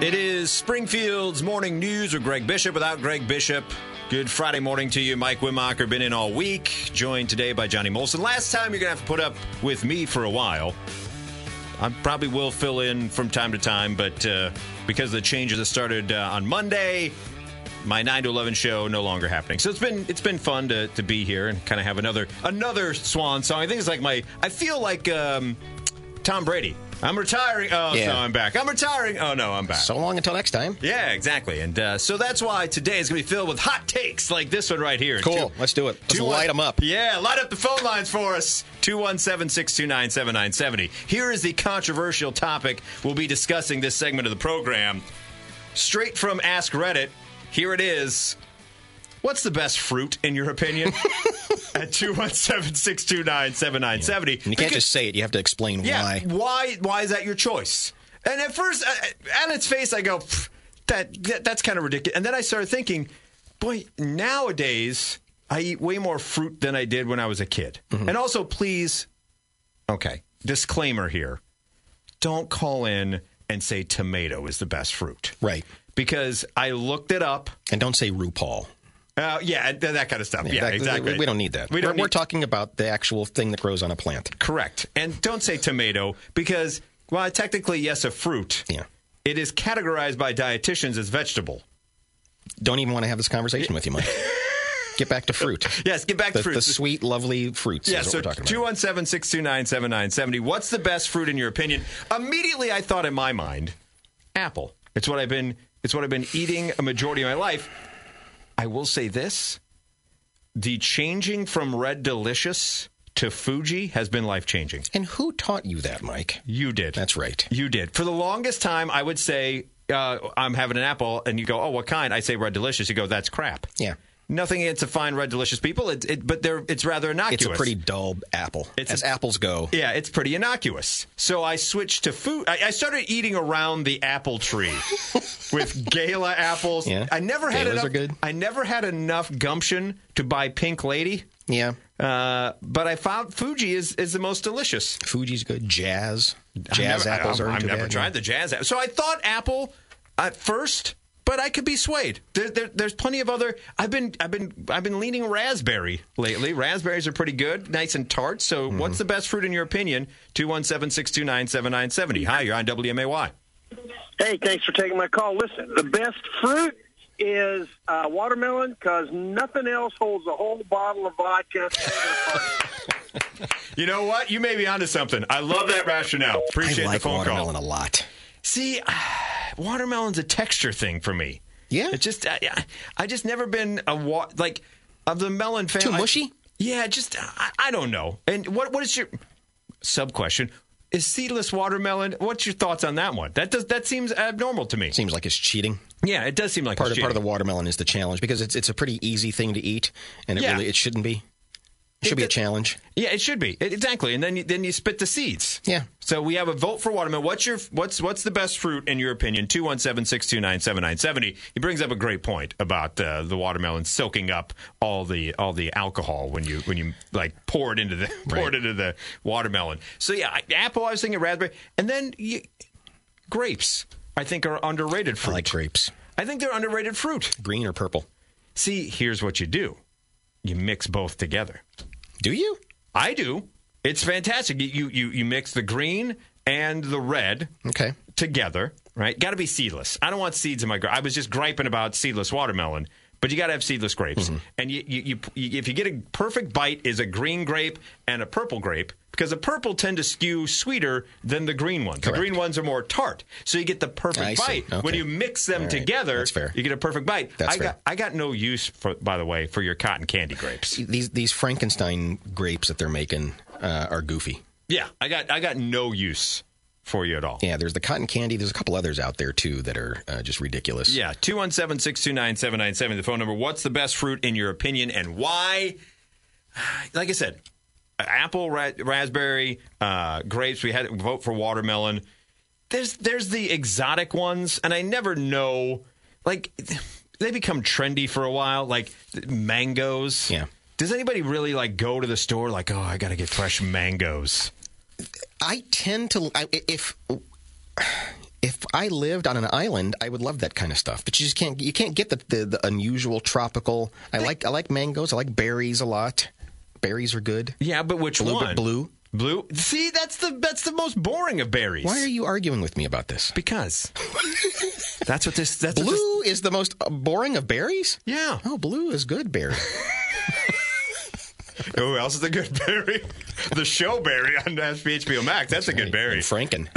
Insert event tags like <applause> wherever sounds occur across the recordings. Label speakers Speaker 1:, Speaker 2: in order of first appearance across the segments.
Speaker 1: It is Springfield's morning news with Greg Bishop. Without Greg Bishop, good Friday morning to you. Mike Wimacher been in all week, joined today by Johnny Molson. Last time you're gonna have to put up with me for a while. I probably will fill in from time to time, but uh, because of the changes that started uh, on Monday, my nine to eleven show no longer happening. So it's been it's been fun to, to be here and kind of have another another swan song. I think it's like my I feel like um, Tom Brady. I'm retiring. Oh
Speaker 2: Yeah.
Speaker 1: no, I'm back. I'm retiring. Oh no, I'm back.
Speaker 2: So long until next time.
Speaker 1: Yeah, exactly. And uh, so that's why today is going to be filled with hot takes like this one right here.
Speaker 2: Cool. Let's do it. Let's
Speaker 1: two-
Speaker 2: light them up.
Speaker 1: Yeah, light up the phone lines for us. 217 629 7970. Here is the controversial topic we'll be discussing this segment of the program. Straight from Ask Reddit, here it is. What's the best fruit, in your
Speaker 2: <laughs>
Speaker 1: opinion? At 217 629 7970.
Speaker 2: And you can't just say it. You have to explain
Speaker 1: Yeah.
Speaker 2: why.
Speaker 1: Why? Why is that your choice? And at first, uh, at its face, I go, "Pff, that, that that's kind of ridiculous. And then I started thinking, boy, nowadays I eat way more fruit than I did when I was a kid.
Speaker 2: Mm-hmm.
Speaker 1: And also, please, okay, disclaimer here: don't call in and say tomato is the best fruit,
Speaker 2: Right.
Speaker 1: Because I looked it up.
Speaker 2: And don't say RuPaul.
Speaker 1: Uh, yeah, th- that kind of stuff. Yeah,
Speaker 2: That-
Speaker 1: exactly.
Speaker 2: We, we don't need that.
Speaker 1: We don't
Speaker 2: are we're
Speaker 1: need-
Speaker 2: talking about the actual thing that grows on a plant.
Speaker 1: Correct. And don't say tomato because, well, technically, yes, a fruit.
Speaker 2: Yeah.
Speaker 1: It is categorized by dietitians as vegetable.
Speaker 2: Don't even want to have this conversation with you,
Speaker 1: <laughs>
Speaker 2: Mike. Get back to fruit.
Speaker 1: Yes, get back
Speaker 2: The,
Speaker 1: to fruits.
Speaker 2: the sweet, lovely fruits
Speaker 1: yeah,
Speaker 2: is what
Speaker 1: so
Speaker 2: we're talking about.
Speaker 1: 217 629 7970. What's the best fruit in your opinion? Immediately, I thought in my mind, apple. It's what I've been. It's what I've been eating a majority of my life. I will say this: the changing from Red Delicious to Fuji has been life changing.
Speaker 2: And who taught you that, Mike?
Speaker 1: You did.
Speaker 2: That's right.
Speaker 1: You did. For the longest time, I would say, uh, I'm having an apple, and you go, oh, what kind? I say red delicious. You go, that's crap.
Speaker 2: Yeah.
Speaker 1: Nothing against the fine red delicious people, it, it, but they're, it's rather innocuous.
Speaker 2: It's a pretty dull apple.
Speaker 1: It's
Speaker 2: As
Speaker 1: a-
Speaker 2: apples go,
Speaker 1: Yeah, it's pretty innocuous. So I switched to food. I, I started eating around the apple
Speaker 2: <laughs>
Speaker 1: tree with gala apples.
Speaker 2: Yeah.
Speaker 1: I never had
Speaker 2: Galas
Speaker 1: enough.
Speaker 2: are good.
Speaker 1: I never had enough gumption to buy Pink Lady.
Speaker 2: Yeah.
Speaker 1: Uh, but I found Fuji is, is the most delicious.
Speaker 2: Fuji's good. Jazz.
Speaker 1: I've
Speaker 2: Jazz
Speaker 1: never-
Speaker 2: apples
Speaker 1: I've,
Speaker 2: are
Speaker 1: I've never tried the jazz apple. So I thought apple at first, but I could be swayed. There, there, there's plenty of other. I've been I've been I've been leaning raspberry lately. Raspberries are pretty good, nice and tart. So
Speaker 2: Mm-hmm.
Speaker 1: what's the best fruit in your opinion? Two one seven six two nine seven nine seventy. Hi, you're on WMAY.
Speaker 3: Hey, thanks for taking my call. Listen, the best fruit is uh, watermelon because nothing else holds a whole bottle of vodka.
Speaker 1: You know what? You may be onto something. I love that rationale.
Speaker 2: I
Speaker 1: Appreciate
Speaker 2: like
Speaker 1: the phone
Speaker 2: watermelon
Speaker 1: call.
Speaker 2: a lot.
Speaker 1: See, <sighs> watermelon's a texture thing for me.
Speaker 2: Yeah.
Speaker 1: It just I, I- I just never been a wa- like of the melon family.
Speaker 2: Too mushy?
Speaker 1: yeah, just I, I don't know. And what what is your sub question? Is seedless watermelon? What's your thoughts on that one? That does that seems abnormal to me.
Speaker 2: Seems like it's cheating.
Speaker 1: Yeah, it does seem like
Speaker 2: part
Speaker 1: it's
Speaker 2: of part of
Speaker 1: cheating.
Speaker 2: the watermelon is the challenge because it's it's a pretty easy thing to eat, and it
Speaker 1: Yeah.
Speaker 2: really it shouldn't be. It should be a
Speaker 1: did-
Speaker 2: challenge.
Speaker 1: Yeah, it should be It- exactly. And then you, then you spit the seeds.
Speaker 2: Yeah.
Speaker 1: So we have a vote for watermelon. What's your what's what's the best fruit in your opinion? Two one seven six two nine seven nine seventy. He brings up a great point about uh, the watermelon soaking up all the all the alcohol when you when you like pour it into the <laughs> pour it into the watermelon. So yeah, I- apple. I was thinking raspberry, and then you, grapes. I think are underrated
Speaker 2: I
Speaker 1: fruit.
Speaker 2: like grapes,
Speaker 1: I think they're underrated fruit.
Speaker 2: green or purple.
Speaker 1: See, here's what you do: you mix both together.
Speaker 2: Do you?
Speaker 1: I do. It's fantastic. You you you mix the green and the red
Speaker 2: Okay.
Speaker 1: together, right? Got to be seedless. I don't want seeds in my grape. I was just griping about seedless watermelon, but you got to have seedless
Speaker 2: Mm-hmm.
Speaker 1: grapes. And you, you, you, you, if you get a perfect bite, is a green grape and a purple grape because the purple tend to skew sweeter than the green ones. The green ones are more tart, so you get the perfect
Speaker 2: I see.
Speaker 1: bite when
Speaker 2: Okay.
Speaker 1: you mix them
Speaker 2: right.
Speaker 1: together.
Speaker 2: That's fair.
Speaker 1: You get a perfect bite.
Speaker 2: That's
Speaker 1: I
Speaker 2: fair.
Speaker 1: got I got no use for, by the way, for your cotton candy grapes.
Speaker 2: These these Frankenstein grapes that they're making uh, are goofy.
Speaker 1: Yeah, I got I got no use for you at all.
Speaker 2: Yeah, there's the cotton candy. There's a couple others out there too that are uh, just ridiculous.
Speaker 1: Yeah, 217 629 7970, the phone number. What's the best fruit in your opinion and why? <sighs> Like I said, apple, ra- raspberry, uh, grapes. We had to vote for watermelon. There's there's the exotic ones, and I never know. Like <sighs> they become trendy for a while, like mangoes.
Speaker 2: Yeah.
Speaker 1: Does anybody really like go to the store like, oh, I got to get fresh mangoes?
Speaker 2: I tend to I, if if I lived on an island, I would love that kind of stuff. But you just can't you can't get the the, the unusual tropical. I like I like mangoes. I like berries a lot. Berries are good.
Speaker 1: Yeah, but which
Speaker 2: A little
Speaker 1: one?
Speaker 2: bit blue.
Speaker 1: Blue. See, that's the that's the most boring of berries.
Speaker 2: Why are you arguing with me about
Speaker 1: <laughs>
Speaker 2: this?
Speaker 1: Because that's what this. That's What this,
Speaker 2: Blue is the most uh, boring of berries.
Speaker 1: yeah.
Speaker 2: Oh, blue is
Speaker 1: <laughs>
Speaker 2: good berry.
Speaker 1: Who else is a good berry? The show berry on SPHBO Max. That's a good berry.
Speaker 2: And
Speaker 1: <laughs>
Speaker 2: Franken.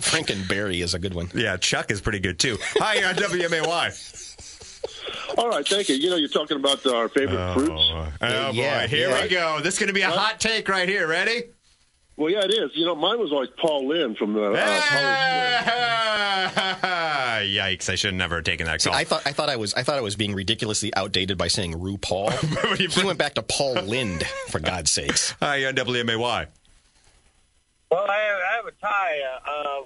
Speaker 2: Frankenberry is a good one.
Speaker 1: Yeah, Chuck is pretty good too. Hi, you're on
Speaker 2: Uh,
Speaker 1: WMAY.
Speaker 3: <laughs> All right, thank you. You know, you're talking about our favorite fruits.
Speaker 1: Oh,
Speaker 2: Yeah,
Speaker 1: boy, here
Speaker 2: yeah.
Speaker 1: we go. This is going to be a hot take right here. Ready?
Speaker 3: Well, yeah, it is. You know, mine was always Paul Lynn from the. Uh, Paul-
Speaker 1: <laughs> Yikes! I should have never taken that call.
Speaker 2: I thought I thought I was I thought I was being ridiculously outdated by saying
Speaker 1: <laughs>
Speaker 2: RuPaul. he went back to Paul Lind for God's sakes.
Speaker 1: Hi, you're on WMAY.
Speaker 4: Well, I have, I have a tie. Uh, uh,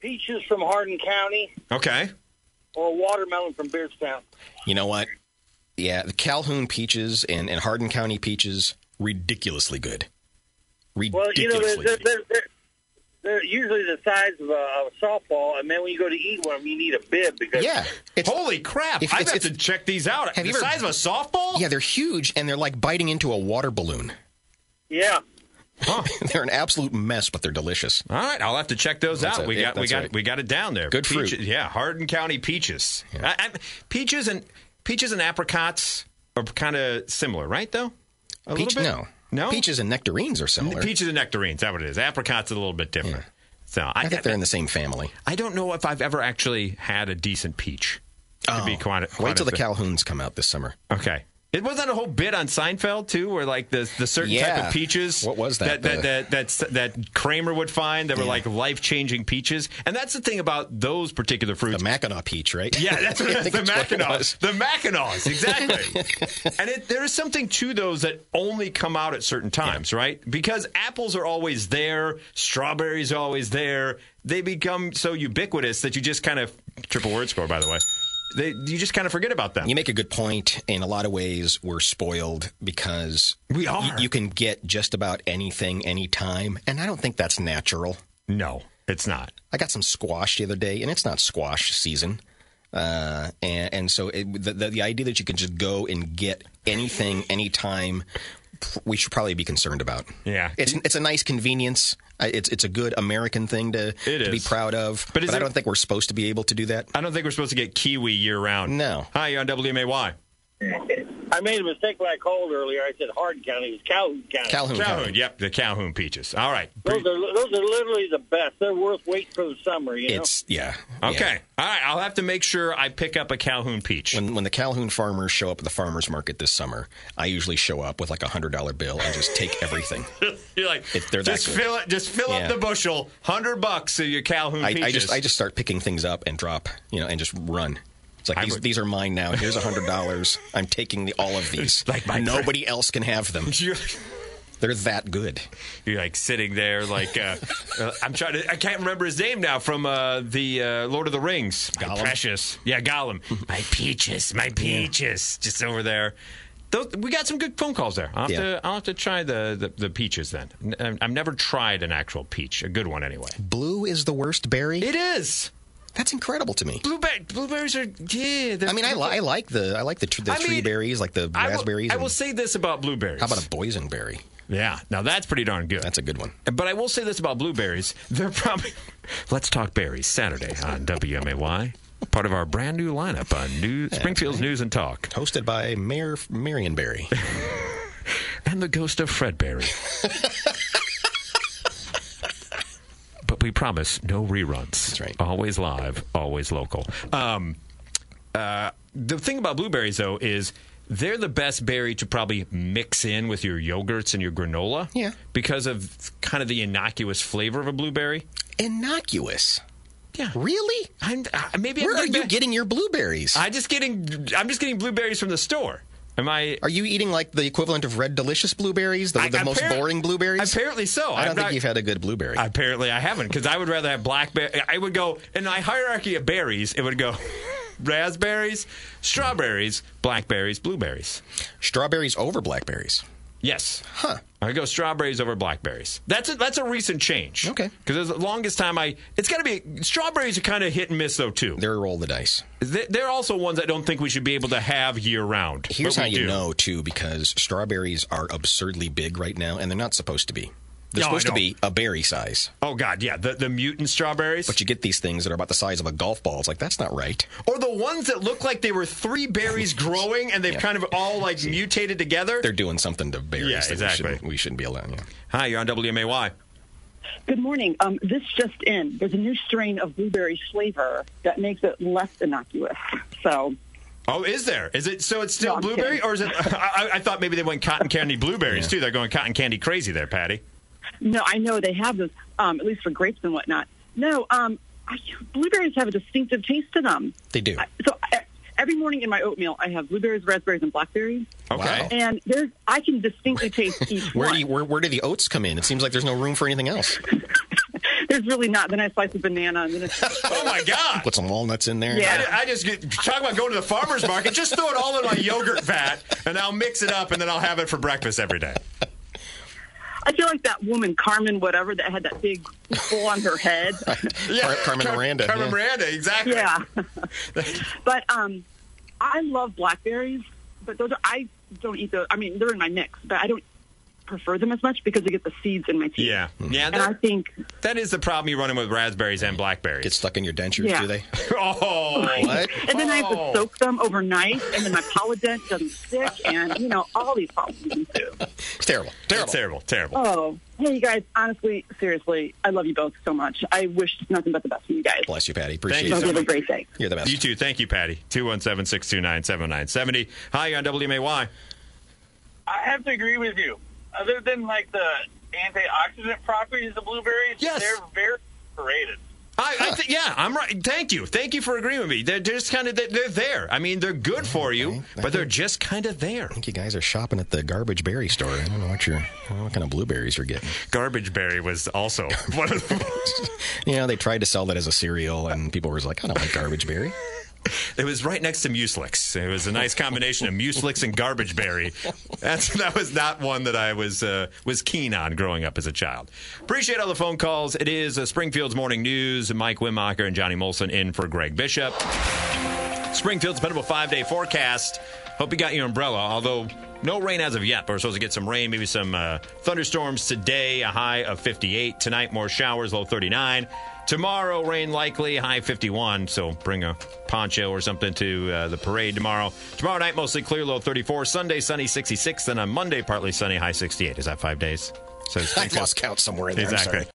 Speaker 4: peaches from Hardin County
Speaker 1: Okay.
Speaker 4: or watermelon from Beardstown.
Speaker 2: You know what? Yeah, the Calhoun peaches and, and Hardin County peaches ridiculously good.
Speaker 4: Well,
Speaker 2: Ridiculously.
Speaker 4: you know, they're, they're,
Speaker 2: good.
Speaker 4: they're, they're, they're usually the size of a, of a softball, and then when you go to eat one, you need a bib because
Speaker 2: yeah, it's
Speaker 1: Holy crap!
Speaker 2: If
Speaker 1: I
Speaker 2: it's-
Speaker 1: have to
Speaker 2: it's-
Speaker 1: check these out.
Speaker 2: Have
Speaker 1: the
Speaker 2: you ever-
Speaker 1: size of a softball?
Speaker 2: yeah, they're huge and they're like biting into a water balloon.
Speaker 4: yeah.
Speaker 2: <laughs> they're an absolute mess, but they're delicious.
Speaker 1: All right, I'll have to check those
Speaker 2: That's
Speaker 1: out.
Speaker 2: it.
Speaker 1: We
Speaker 2: Yeah,
Speaker 1: got we
Speaker 2: that's
Speaker 1: got
Speaker 2: right.
Speaker 1: we got it down there.
Speaker 2: Good fruit.
Speaker 1: peaches, yeah. Hardin County peaches. I, I, peaches and peaches and apricots are kind of similar, right? Though a
Speaker 2: Peach,
Speaker 1: little bit.
Speaker 2: no,
Speaker 1: no.
Speaker 2: peaches and nectarines are similar.
Speaker 1: peaches and nectarines. That what it is. Apricots are a little bit different. So I,
Speaker 2: I think they're in the same family.
Speaker 1: I don't know if I've ever actually had a decent peach. To be quite, quite
Speaker 2: Oh, Wait till the
Speaker 1: honest.
Speaker 2: Calhouns come out this summer.
Speaker 1: Okay. It wasn't a whole bit on Seinfeld too, where like the the certain type
Speaker 2: Yeah.
Speaker 1: of peaches.
Speaker 2: What was that?
Speaker 1: That that that, that, that Kramer would find that were like life changing peaches, and that's the thing about those particular fruits.
Speaker 2: The Mackinac peach, right?
Speaker 1: yeah,
Speaker 2: <laughs>
Speaker 1: that's,
Speaker 2: I
Speaker 1: that's <laughs>
Speaker 2: think
Speaker 1: the
Speaker 2: what it
Speaker 1: Mackinaws.
Speaker 2: was.
Speaker 1: The Mackinaws, exactly. and it, there is something to those that only come out at certain times, right? Because apples are always there, strawberries are always there. They become so ubiquitous that you just kind of triple word score. By the way, they, you just kind of forget about them.
Speaker 2: You make a good point. In a lot of ways, we're spoiled because
Speaker 1: We
Speaker 2: y-
Speaker 1: are.
Speaker 2: you can get just about anything, anytime, and I don't think that's natural.
Speaker 1: no, it's not.
Speaker 2: I got some squash the other day, and it's not squash season. Uh, and, and so it, the, the, the idea that you can just go and get anything, anytime, pr- we should probably be concerned about.
Speaker 1: Yeah.
Speaker 2: It's, it's a nice convenience. I- It's, it's a good American thing to,
Speaker 1: It
Speaker 2: to be
Speaker 1: is.
Speaker 2: proud of.
Speaker 1: But is
Speaker 2: I
Speaker 1: it-
Speaker 2: don't think we're supposed to be able to do that.
Speaker 1: I don't think we're supposed to get kiwi year round.
Speaker 2: No.
Speaker 1: Hi, you're on WMAY.
Speaker 4: I made a mistake when I called earlier. I said Hardin County. It was Calhoun County.
Speaker 2: Calhoun. County.
Speaker 1: Calhoun. Yep, the Calhoun peaches. All right.
Speaker 4: those are those are literally the best. They're worth waiting for the summer. You know.
Speaker 2: It's, yeah. yeah.
Speaker 1: Okay. All right. I'll have to make sure I pick up a Calhoun peach.
Speaker 2: When, when the Calhoun farmers show up at the farmers market this summer, I usually show up with like a hundred dollar bill and just take everything.
Speaker 1: You're like,
Speaker 2: If they're that
Speaker 1: just
Speaker 2: good.
Speaker 1: fill it. Just fill
Speaker 2: Yeah.
Speaker 1: up the bushel. Hundred bucks of your Calhoun
Speaker 2: I,
Speaker 1: peaches.
Speaker 2: I just I just start picking things up and drop, you know, and just run. It's like
Speaker 1: I
Speaker 2: these,
Speaker 1: would-
Speaker 2: these are mine now. Here's a hundred dollars. I'm taking the, all of these.
Speaker 1: <laughs> Like my
Speaker 2: nobody else can have them.
Speaker 1: <laughs> You're,
Speaker 2: They're that good.
Speaker 1: you're like sitting there, like
Speaker 2: <laughs>
Speaker 1: uh, uh, I'm trying to. I can't remember his name now from uh, the uh, Lord of the Rings. My
Speaker 2: Gollum? Hmm.
Speaker 1: precious, yeah, Gollum. my peaches, my peaches, just over there. Those, we got some good phone calls there. I'll have,
Speaker 2: Yeah.
Speaker 1: to, I'll have to try the, the, the peaches then. N- I've- I've never tried an actual peach, a good one anyway.
Speaker 2: Blue is the worst berry.
Speaker 1: It is
Speaker 2: That's incredible to me.
Speaker 1: blueberry. Blueberries are yeah. they're-
Speaker 2: I mean, I, li- I like the I like the, tr- the
Speaker 1: I mean,
Speaker 2: tree berries, like the
Speaker 1: I will-
Speaker 2: raspberries.
Speaker 1: I will,
Speaker 2: and-
Speaker 1: say this about blueberries.
Speaker 2: how about a boysenberry?
Speaker 1: yeah? Now that's pretty darn good.
Speaker 2: That's a good one.
Speaker 1: But I will say this about blueberries. They're probably. <laughs> Let's talk berries Saturday on WMAY, part of our brand new lineup on new, Springfield's News and Talk.
Speaker 2: Hosted by Mayor
Speaker 1: <laughs>
Speaker 2: Marion Berry.
Speaker 1: And the ghost of Fred Berry. but we promise no reruns. That's
Speaker 2: right.
Speaker 1: Always live, always local. Um, uh, the thing about blueberries, though, is. They're the best berry to probably mix in with your yogurts and your granola.
Speaker 2: Yeah.
Speaker 1: Because of kind of the innocuous flavor of a blueberry.
Speaker 2: Innocuous.
Speaker 1: Yeah.
Speaker 2: Really?
Speaker 1: I'm, I maybe I'm
Speaker 2: Where are
Speaker 1: getting
Speaker 2: you
Speaker 1: bad-
Speaker 2: getting your blueberries?
Speaker 1: I'm just getting. I'm just getting blueberries from the store. Am I?
Speaker 2: Are you eating like the equivalent of red delicious blueberries, the,
Speaker 1: I-
Speaker 2: the most
Speaker 1: appar-
Speaker 2: boring blueberries?
Speaker 1: Apparently so.
Speaker 2: I
Speaker 1: I'm
Speaker 2: don't think
Speaker 1: not-
Speaker 2: you've had a good blueberry.
Speaker 1: Apparently, I haven't because I would rather have blackberry. I would go in my hierarchy of berries. It would go <laughs> raspberries, strawberries, blackberries, blueberries.
Speaker 2: Strawberries over blackberries.
Speaker 1: Yes. Huh. I go strawberries over blackberries. That's a, that's a recent change.
Speaker 2: Okay.
Speaker 1: Because the longest time I, it's got to be strawberries are kind of hit and miss though too.
Speaker 2: There, roll the dice.
Speaker 1: They- They're also ones I don't think we should be able to have year round.
Speaker 2: Here's
Speaker 1: but
Speaker 2: how
Speaker 1: we
Speaker 2: you
Speaker 1: do.
Speaker 2: know too, because strawberries are absurdly big right now, and they're not supposed to be. They're
Speaker 1: No, I
Speaker 2: supposed to
Speaker 1: know.
Speaker 2: be a berry size,
Speaker 1: Oh God, yeah, the the mutant strawberries,
Speaker 2: but you get these things that are about the size of a golf ball. It's like that's not right.
Speaker 1: or the ones that look like they were three berries growing and they've kind of all like mutated together.
Speaker 2: They're doing something to berries
Speaker 1: Yeah,
Speaker 2: that
Speaker 1: exactly.
Speaker 2: we, shouldn't, we shouldn't be allowing. Yeah.
Speaker 1: Hi, you're on WMAY.
Speaker 5: Good morning. Um, this just in. There's a new strain of blueberry flavor that makes it less innocuous. So
Speaker 1: Oh, is there? Is it so? It's still
Speaker 5: No, I'm
Speaker 1: blueberry,
Speaker 5: kidding.
Speaker 1: or is
Speaker 5: <laughs>
Speaker 1: it? I, I thought maybe they went cotton candy blueberries too. They're going cotton candy crazy there, Patty.
Speaker 5: No, I know they have those, um, at least for grapes and whatnot. No, um, I, blueberries have a distinctive taste to them.
Speaker 2: They do.
Speaker 5: I, so I, every morning in my oatmeal, I have blueberries, raspberries, and blackberries,
Speaker 1: Okay.
Speaker 2: Wow.
Speaker 5: and there's I can distinctly taste each
Speaker 2: Where
Speaker 5: one.
Speaker 2: do you, where, where do the oats come in? It seems like there's no room for anything else.
Speaker 5: There's really not. Then I slice a banana, and
Speaker 2: <laughs>
Speaker 5: then it's
Speaker 1: Oh my God.
Speaker 2: Put some walnuts in there.
Speaker 5: Yeah.
Speaker 1: I, I just get, talk about going to the farmer's market. Just throw it all in my yogurt vat, and I'll mix it up, and then I'll have it for breakfast every day.
Speaker 5: I feel like that woman Carmen, whatever, that had that big bowl on her head.
Speaker 2: Car- Carmen
Speaker 1: Car-
Speaker 2: Miranda,
Speaker 1: Carmen
Speaker 2: yeah.
Speaker 1: Miranda, exactly. <laughs>
Speaker 5: yeah. but um, I love blackberries, but those are, I don't eat those. I mean, they're in my mix, but I don't prefer them as much because I get the seeds in my teeth.
Speaker 1: Yeah. Yeah.
Speaker 5: And I
Speaker 1: That,
Speaker 5: think,
Speaker 1: that is the problem you're running with raspberries and blackberries.
Speaker 2: Get stuck in your dentures,
Speaker 5: Yeah.
Speaker 2: do they?
Speaker 1: <laughs> oh.
Speaker 2: What?
Speaker 5: and then I have
Speaker 1: Oh.
Speaker 5: to soak them overnight, and then my polydent doesn't stick, and you know all these problems ensue.
Speaker 2: It's terrible. Terrible.
Speaker 1: That's terrible. Terrible.
Speaker 5: Oh, hey, you guys! Honestly, seriously, I love you both so much. I wish nothing but the best for you guys.
Speaker 2: Bless you, Patty. Appreciate
Speaker 1: Thank
Speaker 5: So
Speaker 1: you
Speaker 2: it.
Speaker 1: so
Speaker 5: have a
Speaker 1: much.
Speaker 5: great day.
Speaker 2: You're the best.
Speaker 1: You too. Thank you, Patty. 217 629 7970. Hi, you're on WMAY.
Speaker 4: I have to agree with you. Other than like the antioxidant properties of blueberries,
Speaker 1: Yes.
Speaker 4: they're very underrated.
Speaker 1: I, I th- yeah, I'm right. Thank you, thank you for agreeing with me. They're just kind of they're, they're there. I mean, they're good for you, but they're just kind of there.
Speaker 2: I think you guys are shopping at the garbage berry store. I don't know what you're, I don't know what kind of blueberries you're getting.
Speaker 1: Garbage berry was also <laughs> one of the,
Speaker 2: You know, they tried to sell that as a cereal, and people were like, I don't like garbage berry.
Speaker 1: <laughs> it was right next to muslix. It was a nice combination of muslix and garbage berry. That's that was not one that I was uh, was keen on growing up as a child. Appreciate all the phone calls. It is uh, Springfield's morning news. Mike Wimacher and Johnny Molson in for Greg Bishop. Springfield's been of a five day forecast. Hope you got your umbrella, although no rain as of yet. But we're supposed to get some rain, maybe some uh, thunderstorms today, a high of 58. Tonight, more showers, low 39. Tomorrow, rain likely, high 51. So bring a poncho or something to uh, the parade tomorrow. Tomorrow night, mostly clear, low 34. Sunday, sunny 66. Then on Monday, partly sunny, high 68. Is that five days? So
Speaker 2: <laughs> I lost count somewhere in there. I'm sorry.
Speaker 1: Exactly.